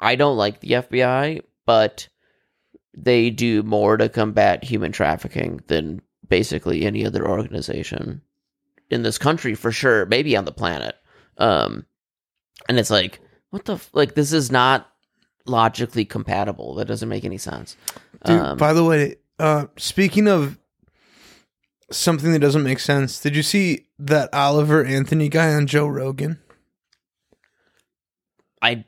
Speaker 2: I don't like the FBI, but they do more to combat human trafficking than basically any other organization in this country for sure, maybe on the planet. Um, and it's like, what the, f- like, this is not logically compatible. That doesn't make any sense.
Speaker 1: Dude,
Speaker 2: Um,
Speaker 1: by the way, uh, speaking of something that doesn't make sense, did you see that Oliver Anthony guy on Joe Rogan?
Speaker 2: I,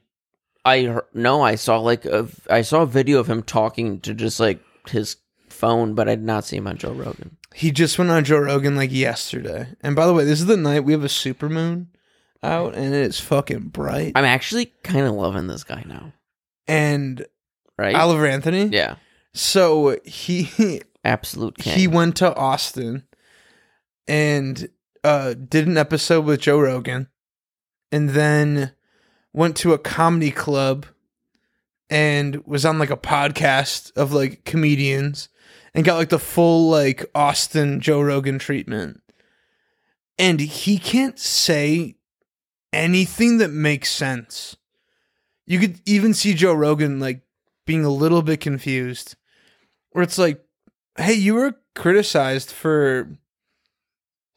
Speaker 2: I hear- no, I saw like a, I saw a video of him talking to just like his phone, but I did not see him on Joe Rogan.
Speaker 1: He just went on Joe Rogan like yesterday. And by the way, this is the night we have a supermoon out and it's fucking bright.
Speaker 2: I'm actually kind of loving this guy now,
Speaker 1: And
Speaker 2: right?
Speaker 1: Oliver Anthony?
Speaker 2: yeah,
Speaker 1: So he
Speaker 2: absolute king.
Speaker 1: he went to Austin and uh, did an episode with Joe Rogan, and then went to a comedy club and was on like a podcast of like comedians and got like the full like Austin Joe Rogan treatment. And he can't say anything that makes sense. You could even see Joe Rogan like being a little bit confused, where it's like, hey, you were criticized for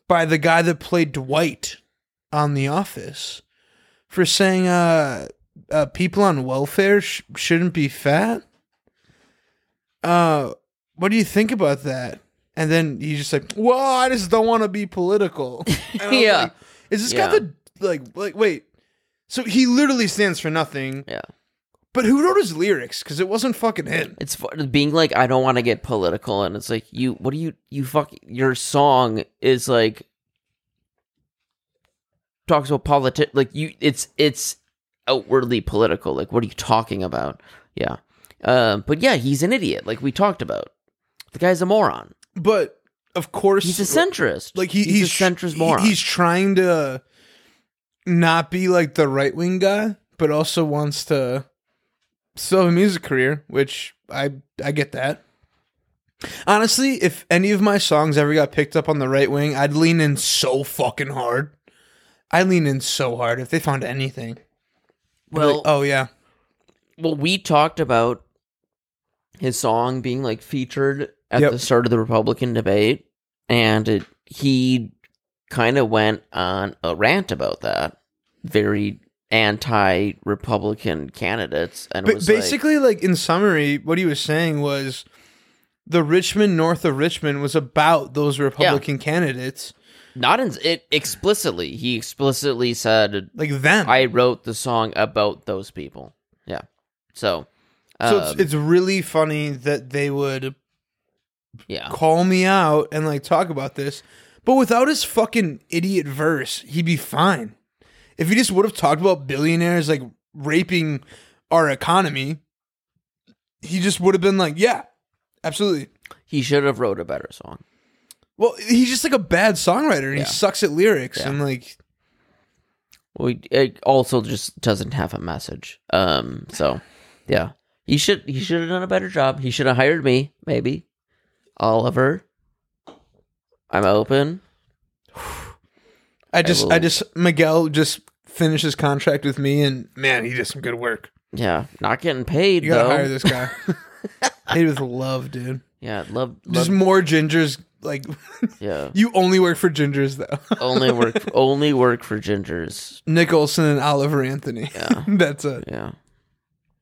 Speaker 1: by the guy that played Dwight on The Office for saying uh, uh people on welfare sh- shouldn't be fat. Uh, what do you think about that? And then he's just like, well, I just don't want to be political. And I was
Speaker 2: Yeah.
Speaker 1: like, Is this
Speaker 2: Yeah.
Speaker 1: guy the like like wait? So he literally stands for nothing.
Speaker 2: Yeah.
Speaker 1: But who wrote his lyrics? Because it wasn't fucking him.
Speaker 2: it's fu- being like I don't want to get political, and it's like you. What do you you fuck? Your song is like talks about politics. Like you, it's it's outwardly political. Like what are you talking about? Yeah, um, but yeah, he's an idiot. Like we talked about, the guy's a moron.
Speaker 1: But of course,
Speaker 2: He's a centrist.
Speaker 1: like he,
Speaker 2: he's,
Speaker 1: he's,
Speaker 2: a centrist moron.
Speaker 1: He's trying to not be like the right wing guy, but also wants to still have a music career, which I I get that. Honestly, if any of my songs ever got picked up on the right wing, I'd lean in so fucking hard. I lean in so hard if they found anything. I'd be like,
Speaker 2: well,
Speaker 1: oh yeah,
Speaker 2: well, we talked about his song being like featured at
Speaker 1: Yep.
Speaker 2: the start of the Republican debate, and it, he kind of went on a rant about that very anti-Republican candidates, and it
Speaker 1: But
Speaker 2: was like,
Speaker 1: basically, like, in summary, what he was saying was the Richmond north of Richmond was about those Republican candidates,
Speaker 2: not in it explicitly. He explicitly said,
Speaker 1: like them.
Speaker 2: "I wrote the song about those people." Yeah, so.
Speaker 1: so
Speaker 2: um,
Speaker 1: it's, it's really funny that they would
Speaker 2: yeah,
Speaker 1: call me out and like talk about this, but without his fucking idiot verse, he'd be fine. If he just would have talked about billionaires like raping our economy, he just would have been like, yeah, absolutely.
Speaker 2: he should have wrote a better song.
Speaker 1: Well, he's just like a bad songwriter and
Speaker 2: Yeah.
Speaker 1: he sucks at lyrics
Speaker 2: Yeah.
Speaker 1: and like
Speaker 2: Well, it also just doesn't have a message. Um, so yeah, he should he should have done a better job. He should have hired me, maybe. Oliver, I'm open.
Speaker 1: I just,
Speaker 2: will-
Speaker 1: I, just, Miguel just finished his contract with me, and man, he did some good work.
Speaker 2: Yeah, not getting paid
Speaker 1: You gotta
Speaker 2: though.
Speaker 1: hire this guy. Paid with love, dude.
Speaker 2: Yeah, love, love
Speaker 1: Just more gingers. Like
Speaker 2: yeah.
Speaker 1: you only work for gingers, though.
Speaker 2: only work only work for gingers.
Speaker 1: Nick Olson and Oliver Anthony.
Speaker 2: Yeah.
Speaker 1: that's it.
Speaker 2: Yeah,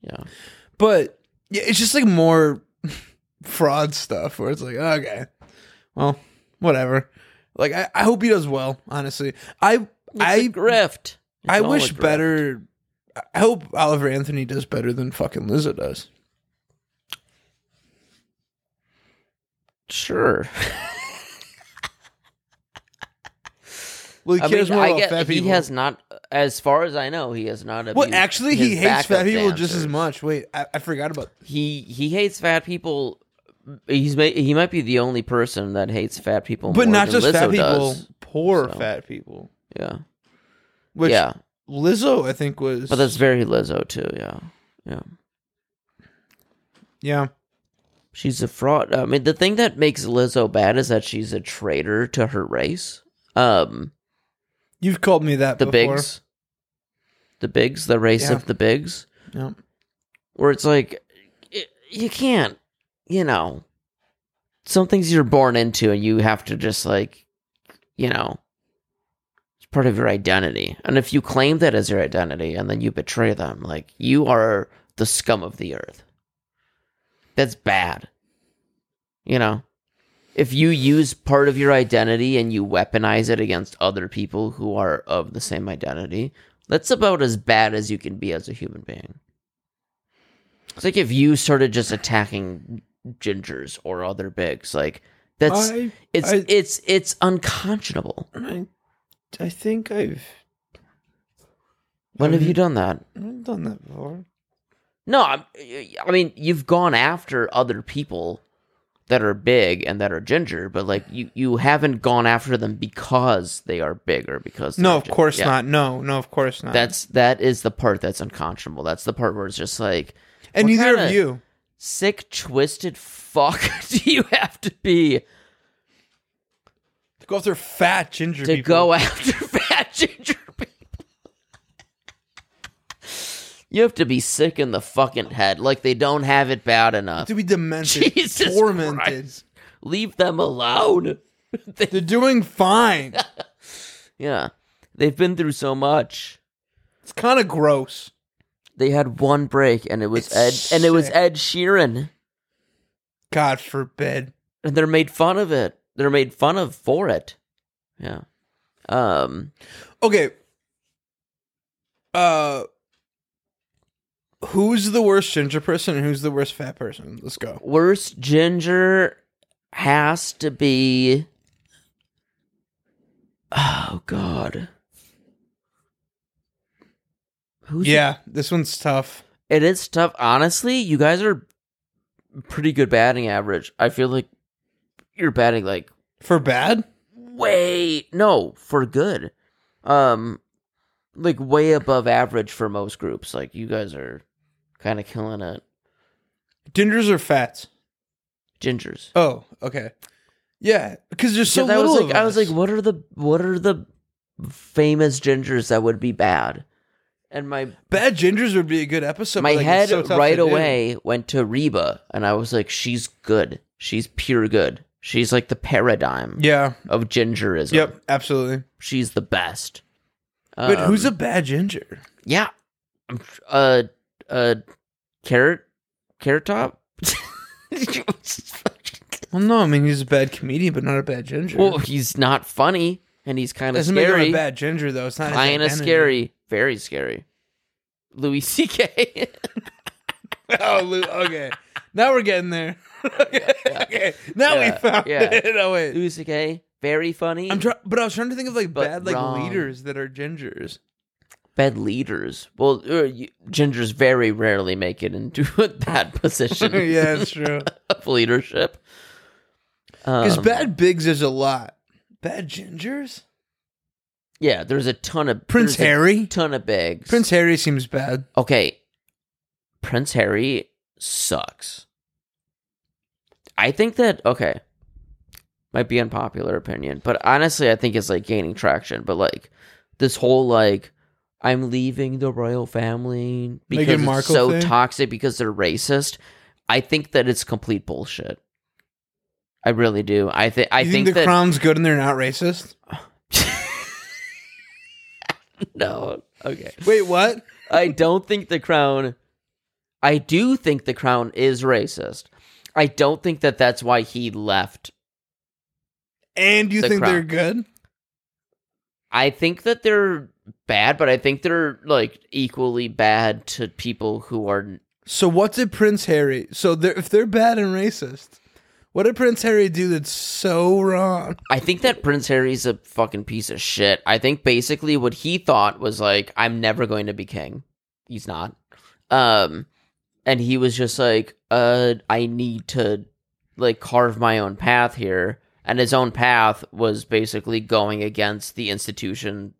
Speaker 2: yeah.
Speaker 1: But yeah, it's just like more fraud stuff where it's like, okay, well, whatever. Like I, I hope he does well. Honestly, I,
Speaker 2: It's a
Speaker 1: I,
Speaker 2: grift. It's
Speaker 1: I
Speaker 2: all a
Speaker 1: wish
Speaker 2: grift.
Speaker 1: better. I hope Oliver Anthony does better than fucking Lizzo does.
Speaker 2: Sure.
Speaker 1: Well, he
Speaker 2: I mean,
Speaker 1: cares more
Speaker 2: I
Speaker 1: about
Speaker 2: get,
Speaker 1: fat
Speaker 2: he
Speaker 1: people.
Speaker 2: has not, as far as I know, he has not.
Speaker 1: well,
Speaker 2: abused
Speaker 1: actually, he
Speaker 2: his
Speaker 1: hates
Speaker 2: backup
Speaker 1: fat people just as
Speaker 2: dancers.
Speaker 1: much. Wait, I, I forgot about.
Speaker 2: he he hates fat people. He's ma- he might be the only person that hates fat people,
Speaker 1: But
Speaker 2: more
Speaker 1: not
Speaker 2: than
Speaker 1: just
Speaker 2: Lizzo
Speaker 1: fat people,
Speaker 2: does.
Speaker 1: poor
Speaker 2: so.
Speaker 1: fat people.
Speaker 2: Yeah,
Speaker 1: Which
Speaker 2: yeah,
Speaker 1: Lizzo, I think, was.
Speaker 2: but that's very Lizzo too. Yeah,
Speaker 1: yeah.
Speaker 2: She's a fraud. I mean, the thing that makes Lizzo bad is that she's a traitor to her race. Um,
Speaker 1: You've called me that
Speaker 2: the
Speaker 1: before.
Speaker 2: bigs, the bigs, the race
Speaker 1: Yeah.
Speaker 2: of the bigs,
Speaker 1: Yep.
Speaker 2: where it's like y- you can't, you know, some things you're born into, and you have to just like, you know, it's part of your identity. And if you claim that as your identity, and then you betray them, like you are the scum of the earth. That's bad. You know, if you use part of your identity and you weaponize it against other people who are of the same identity, that's about as bad as you can be as a human being. It's like if you started just attacking gingers or other bigs, like that's
Speaker 1: I,
Speaker 2: it's
Speaker 1: I-
Speaker 2: it's it's unconscionable.
Speaker 1: I, I think I've,
Speaker 2: When have
Speaker 1: Mhm.
Speaker 2: you done that?
Speaker 1: I've done that before.
Speaker 2: No, I'm, I mean you've gone after other people that are big and that are ginger, but like you you haven't gone after them because they are big or because
Speaker 1: No,
Speaker 2: they're
Speaker 1: of
Speaker 2: gin-
Speaker 1: course
Speaker 2: Yeah.
Speaker 1: not. No, no, of course not.
Speaker 2: That's that is the part that's unconscionable. That's the part where it's just like
Speaker 1: and
Speaker 2: what
Speaker 1: neither of
Speaker 2: kinda-
Speaker 1: you.
Speaker 2: sick twisted fuck do you have to be
Speaker 1: To go after fat ginger
Speaker 2: to
Speaker 1: people.
Speaker 2: go after fat ginger people. You have to be sick in the fucking head. Like they don't have it bad enough.
Speaker 1: to be demented,
Speaker 2: Jesus
Speaker 1: tormented.
Speaker 2: Christ. Leave them alone. They-
Speaker 1: They're doing fine.
Speaker 2: yeah. They've been through so much.
Speaker 1: It's kind of gross.
Speaker 2: They had one break and it was
Speaker 1: It's
Speaker 2: Ed and it was
Speaker 1: sick.
Speaker 2: Ed Sheeran.
Speaker 1: God forbid.
Speaker 2: And they're made fun of it. They're made fun of for it. Yeah. Um
Speaker 1: Okay. Uh Who's the worst ginger person and who's the worst fat person? Let's go.
Speaker 2: worst ginger has to be oh god who's
Speaker 1: Yeah, this one's tough.
Speaker 2: it is tough honestly you guys are pretty good batting average i feel like you're batting like
Speaker 1: For bad?
Speaker 2: way no for good um like way above average for most groups like you guys are kind of killing it
Speaker 1: Gingers or fats?
Speaker 2: gingers
Speaker 1: Oh, okay. Yeah, because there's so
Speaker 2: Because I
Speaker 1: little
Speaker 2: was
Speaker 1: of
Speaker 2: like, I was
Speaker 1: us.
Speaker 2: like, what are the what are the famous gingers that would be bad? And my
Speaker 1: bad gingers would be a good episode.
Speaker 2: my
Speaker 1: but, like, it's
Speaker 2: head
Speaker 1: so tough
Speaker 2: right
Speaker 1: to do.
Speaker 2: away went to Reba, and I was like, she's good. She's pure good. She's like the paradigm
Speaker 1: Yeah.
Speaker 2: of gingerism.
Speaker 1: Yep. Absolutely.
Speaker 2: she's the best.
Speaker 1: But who's a
Speaker 2: Um,
Speaker 1: bad ginger?
Speaker 2: yeah? I'm tr- Uh, uh, carrot, carrot top.
Speaker 1: Well, no. I mean, he's a bad comedian, but not a bad ginger.
Speaker 2: well, he's not funny, and he's kind of
Speaker 1: doesn't make him
Speaker 2: scary.
Speaker 1: a bad ginger though. It's not his
Speaker 2: Kind of
Speaker 1: identity.
Speaker 2: scary. Very scary. Louis C.K.
Speaker 1: oh, Lou, okay. Now we're getting there. okay. okay. Now
Speaker 2: Yeah,
Speaker 1: we found
Speaker 2: yeah.
Speaker 1: it. Oh wait.
Speaker 2: Louis C.K. Very funny.
Speaker 1: I'm trying, but I was trying to think of like
Speaker 2: But
Speaker 1: bad like
Speaker 2: wrong.
Speaker 1: leaders that are gingers.
Speaker 2: Bad leaders. Well, er, you- gingers very rarely make it into a bad position
Speaker 1: yeah, it's true.
Speaker 2: of leadership.
Speaker 1: Because
Speaker 2: Um,
Speaker 1: bad bigs is a lot. Bad gingers.
Speaker 2: Yeah, there's a ton of
Speaker 1: Prince
Speaker 2: there's
Speaker 1: Harry.
Speaker 2: a ton of bigs.
Speaker 1: Prince Harry seems bad.
Speaker 2: Okay, Prince Harry sucks. I think that okay, might be unpopular opinion, but honestly, I think it's like gaining traction. But like this whole like I'm leaving the royal family because
Speaker 1: Meghan
Speaker 2: it's
Speaker 1: Markle
Speaker 2: so
Speaker 1: thing?
Speaker 2: toxic because they're racist. I think that it's complete bullshit. I really do. I think I
Speaker 1: You think,
Speaker 2: think,
Speaker 1: the
Speaker 2: that
Speaker 1: crown's good and they're not racist?
Speaker 2: no. Okay.
Speaker 1: Wait, what?
Speaker 2: I don't think the crown. I do think the crown is racist. I don't think that that's why he left.
Speaker 1: And you
Speaker 2: The
Speaker 1: think
Speaker 2: Crown.
Speaker 1: they're good?
Speaker 2: I think that they're bad, but I think they're like equally bad to people who are.
Speaker 1: So what did Prince Harry? So they're, if they're bad and racist, what did Prince Harry do that's so wrong?
Speaker 2: I think that Prince Harry's a fucking piece of shit. I think basically what he thought was like, I'm never going to be king. He's not. Um, and he was just like, uh, I need to like carve my own path here. And his own path was basically going against the institution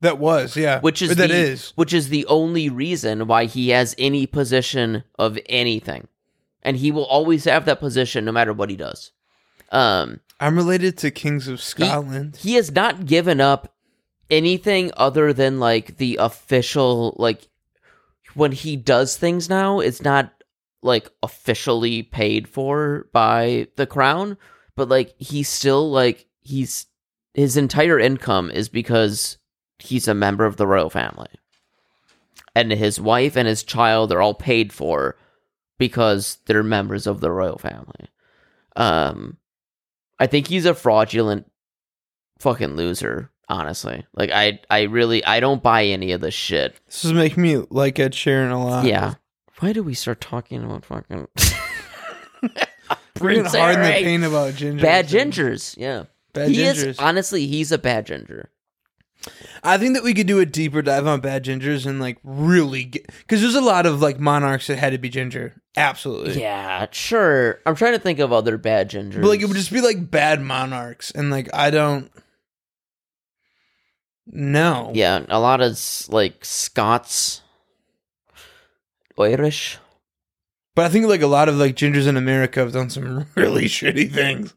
Speaker 1: That was, yeah.
Speaker 2: which is
Speaker 1: Or that
Speaker 2: the,
Speaker 1: is.
Speaker 2: which is the only reason why he has any position of anything and he will always have that position no matter what he does. Um,
Speaker 1: I'm related to Kings of Scotland.
Speaker 2: he has not given up anything other than like the official like when he does things now it's not like officially paid for by the crown but like he's still like he's his entire income is because he's a member of the royal family and his wife and his child are all paid for because they're members of the royal family um i think he's a fraudulent fucking loser honestly like i i really i don't buy any of this shit
Speaker 1: This is making me like Ed Sheeran a lot.
Speaker 2: yeah why do we start talking about fucking
Speaker 1: Bringing
Speaker 2: Prince
Speaker 1: hard in the
Speaker 2: Eric.
Speaker 1: pain about ginger.
Speaker 2: bad gingers yeah
Speaker 1: Bad
Speaker 2: he
Speaker 1: gingers.
Speaker 2: is honestly he's a bad ginger
Speaker 1: I think that we could do a deeper dive on bad gingers and like really get because there's a lot of like monarchs that had to be ginger. Absolutely.
Speaker 2: yeah sure i'm trying to think of other bad gingers
Speaker 1: But like it would just be like bad monarchs and like I don't No.
Speaker 2: yeah a lot of s- like scots irish
Speaker 1: But I think like a lot of like gingers in America have done some really shitty things.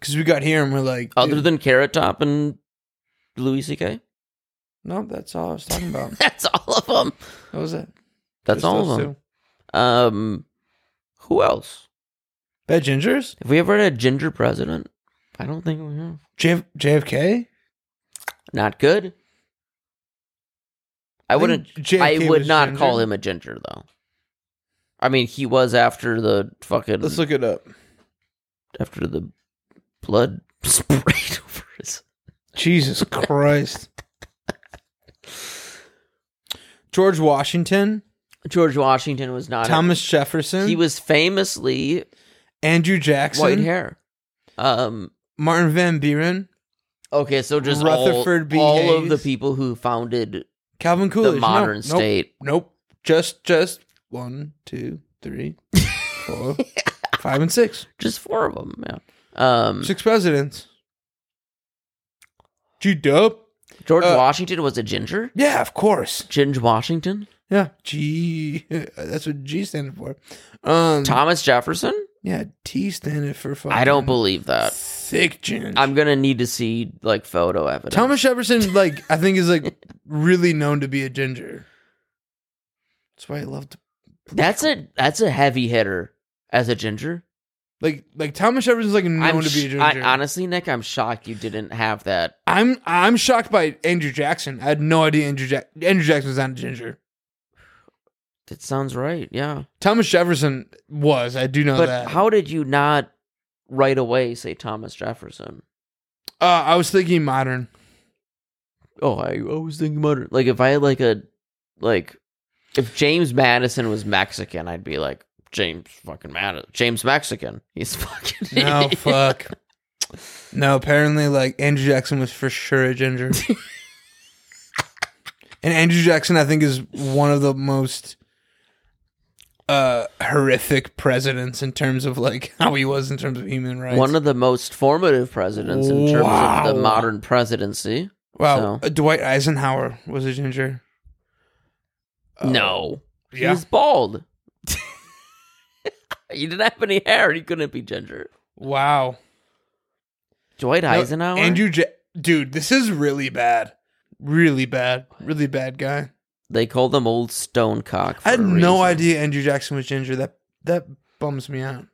Speaker 1: Cause we got here and we're like
Speaker 2: other
Speaker 1: dude,
Speaker 2: than carrot top and louis ck
Speaker 1: No, that's all I was talking about.
Speaker 2: that's all of them
Speaker 1: That was it.
Speaker 2: that's
Speaker 1: Just
Speaker 2: all
Speaker 1: those
Speaker 2: of them
Speaker 1: two.
Speaker 2: um who else
Speaker 1: Bad gingers?
Speaker 2: Have we ever had a ginger president? I don't think we have.
Speaker 1: JF- JFK?
Speaker 2: Not good. I wouldn't.
Speaker 1: think JFK
Speaker 2: I would
Speaker 1: was
Speaker 2: not
Speaker 1: ginger.
Speaker 2: call him a ginger though. I mean, he was after the fucking
Speaker 1: Let's look it up.
Speaker 2: after the blood sprayed over his.
Speaker 1: Jesus Christ. George Washington,
Speaker 2: George Washington was not. a-
Speaker 1: Thomas Jefferson,
Speaker 2: he was famously
Speaker 1: Andrew Jackson,
Speaker 2: white hair. Um.
Speaker 1: Martin Van Buren,
Speaker 2: Okay, so just all-
Speaker 1: Rutherford B.
Speaker 2: all, of
Speaker 1: Hayes.
Speaker 2: the people who founded
Speaker 1: Calvin Coolidge. No,
Speaker 2: the modern
Speaker 1: nope,
Speaker 2: state.
Speaker 1: Nope. Just just one, two, three, four, five, and six.
Speaker 2: Just four of them. Yeah. Um.
Speaker 1: Six presidents. G Dub?
Speaker 2: George
Speaker 1: uh,
Speaker 2: Washington was a ginger.
Speaker 1: Yeah, of course.
Speaker 2: Ginge Washington,
Speaker 1: Yeah. G that's what G stands for. Um
Speaker 2: Thomas Jefferson.
Speaker 1: Yeah, T stands for fucking
Speaker 2: I don't believe that.
Speaker 1: thick ginger.
Speaker 2: I'm gonna need to see like photo evidence.
Speaker 1: Thomas Jefferson, like I think, is like really known to be a ginger. That's why I loved
Speaker 2: that's a that's a heavy hitter as a ginger.
Speaker 1: like like Thomas Jefferson's like known
Speaker 2: I'm
Speaker 1: to be a
Speaker 2: sh-
Speaker 1: ginger.
Speaker 2: I, honestly, Nick, I'm shocked you didn't have that.
Speaker 1: I'm I'm shocked by Andrew Jackson. I had no idea Andrew Jack Andrew Jackson was not a ginger.
Speaker 2: That sounds right. Yeah,
Speaker 1: Thomas Jefferson was. I do know
Speaker 2: but
Speaker 1: that.
Speaker 2: how did you not right away say Thomas Jefferson?
Speaker 1: uh, I was thinking modern.
Speaker 2: Oh, I always think about it. Like if I had like a like if James Madison was Mexican, I'd be like James fucking Madison. James Mexican. He's fucking
Speaker 1: No fuck. No, apparently like Andrew Jackson was for sure a ginger. and Andrew Jackson I think is one of the most uh horrific presidents in terms of like how he was in terms of human rights.
Speaker 2: One of the most formative presidents in terms of the
Speaker 1: Wow.
Speaker 2: modern presidency.
Speaker 1: wow,
Speaker 2: so-
Speaker 1: uh, Dwight Eisenhower was a ginger. Oh,
Speaker 2: no.
Speaker 1: Yeah.
Speaker 2: He's bald. he didn't have any hair. He couldn't be ginger.
Speaker 1: wow.
Speaker 2: Dwight
Speaker 1: No,
Speaker 2: Eisenhower?
Speaker 1: Andrew ja- dude, this is really bad. Really bad. Really bad guy.
Speaker 2: they call them old stonecock. For
Speaker 1: I had
Speaker 2: a
Speaker 1: no
Speaker 2: reason.
Speaker 1: idea Andrew Jackson was ginger. That that bums me out.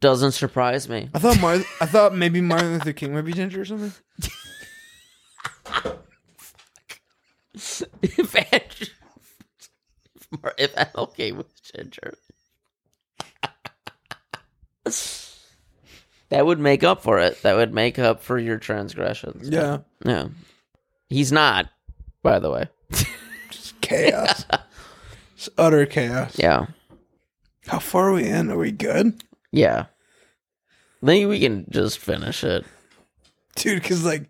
Speaker 2: Doesn't surprise me.
Speaker 1: I thought Mar- I thought maybe Martin Luther King might be ginger or something.
Speaker 2: if Andrew. If MLK was ginger. that would make up for it. That would make up for your transgressions.
Speaker 1: Yeah,
Speaker 2: No. He's not, by the way.
Speaker 1: just chaos. it's utter chaos.
Speaker 2: Yeah.
Speaker 1: How far are we in? Are we good,
Speaker 2: Yeah. Maybe we can just finish it.
Speaker 1: dude? Because like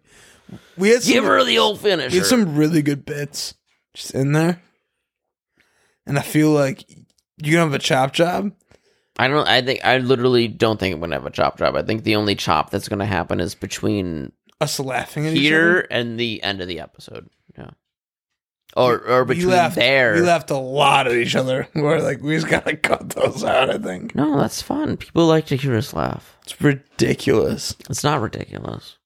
Speaker 1: we had some,
Speaker 2: Give her the old
Speaker 1: we
Speaker 2: finisher.
Speaker 1: had some really good bits just in there, and I feel like you're gonna have a chop job.
Speaker 2: I don't I think I literally don't think I'm gonna have a chop job. I think the only chop that's gonna happen is between
Speaker 1: Us laughing at each
Speaker 2: here
Speaker 1: other.
Speaker 2: and the end of the episode. Yeah. or or between
Speaker 1: we left
Speaker 2: there.
Speaker 1: We left a lot at each other. We're like, we just gotta cut those out. I think
Speaker 2: No, that's fun. People like to hear us laugh.
Speaker 1: it's ridiculous.
Speaker 2: It's not ridiculous.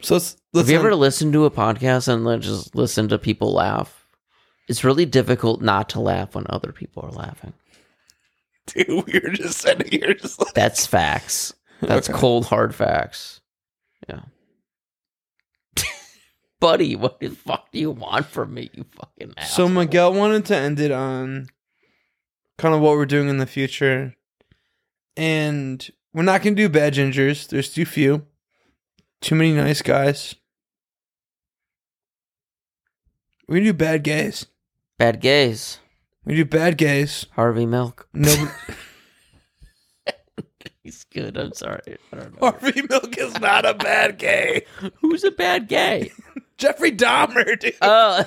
Speaker 1: So let's, let's
Speaker 2: Have you
Speaker 1: end-
Speaker 2: ever listened to a podcast and then just listen to people laugh? It's really difficult not to laugh when other people are laughing.
Speaker 1: dude, we were just sitting here, just like,
Speaker 2: That's facts. That's
Speaker 1: Okay.
Speaker 2: cold hard facts. Yeah. Buddy, what the fuck do you want from me, you fucking ass?
Speaker 1: So Miguel wanted to end it on kind of what we're doing in the future. And we're not going to do bad gingers. There's too few. Too many nice guys. We're going to do bad gays.
Speaker 2: Bad gays.
Speaker 1: We do bad gays.
Speaker 2: Harvey Milk.
Speaker 1: Nobody
Speaker 2: He's good. I'm sorry. I don't know.
Speaker 1: Harvey Milk is not a bad gay.
Speaker 2: Who's a bad gay?
Speaker 1: Jeffrey Dahmer, dude.
Speaker 2: Oh.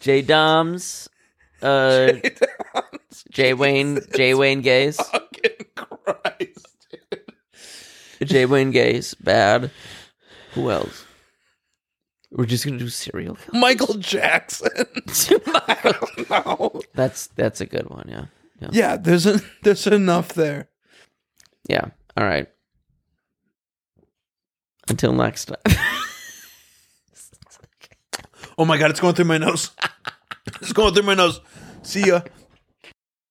Speaker 2: J Doms. Uh, J Wayne. J Wayne gays.
Speaker 1: Fucking Christ.
Speaker 2: J Wayne gays. Bad. Who else? We're just gonna do serial killers.
Speaker 1: Michael Jackson. I don't know.
Speaker 2: That's that's a good one. Yeah. Yeah.
Speaker 1: Yeah, there's a, there's enough there.
Speaker 2: Yeah. All right. Until next time.
Speaker 1: Oh my god, it's going through my nose. It's going through my nose. See ya.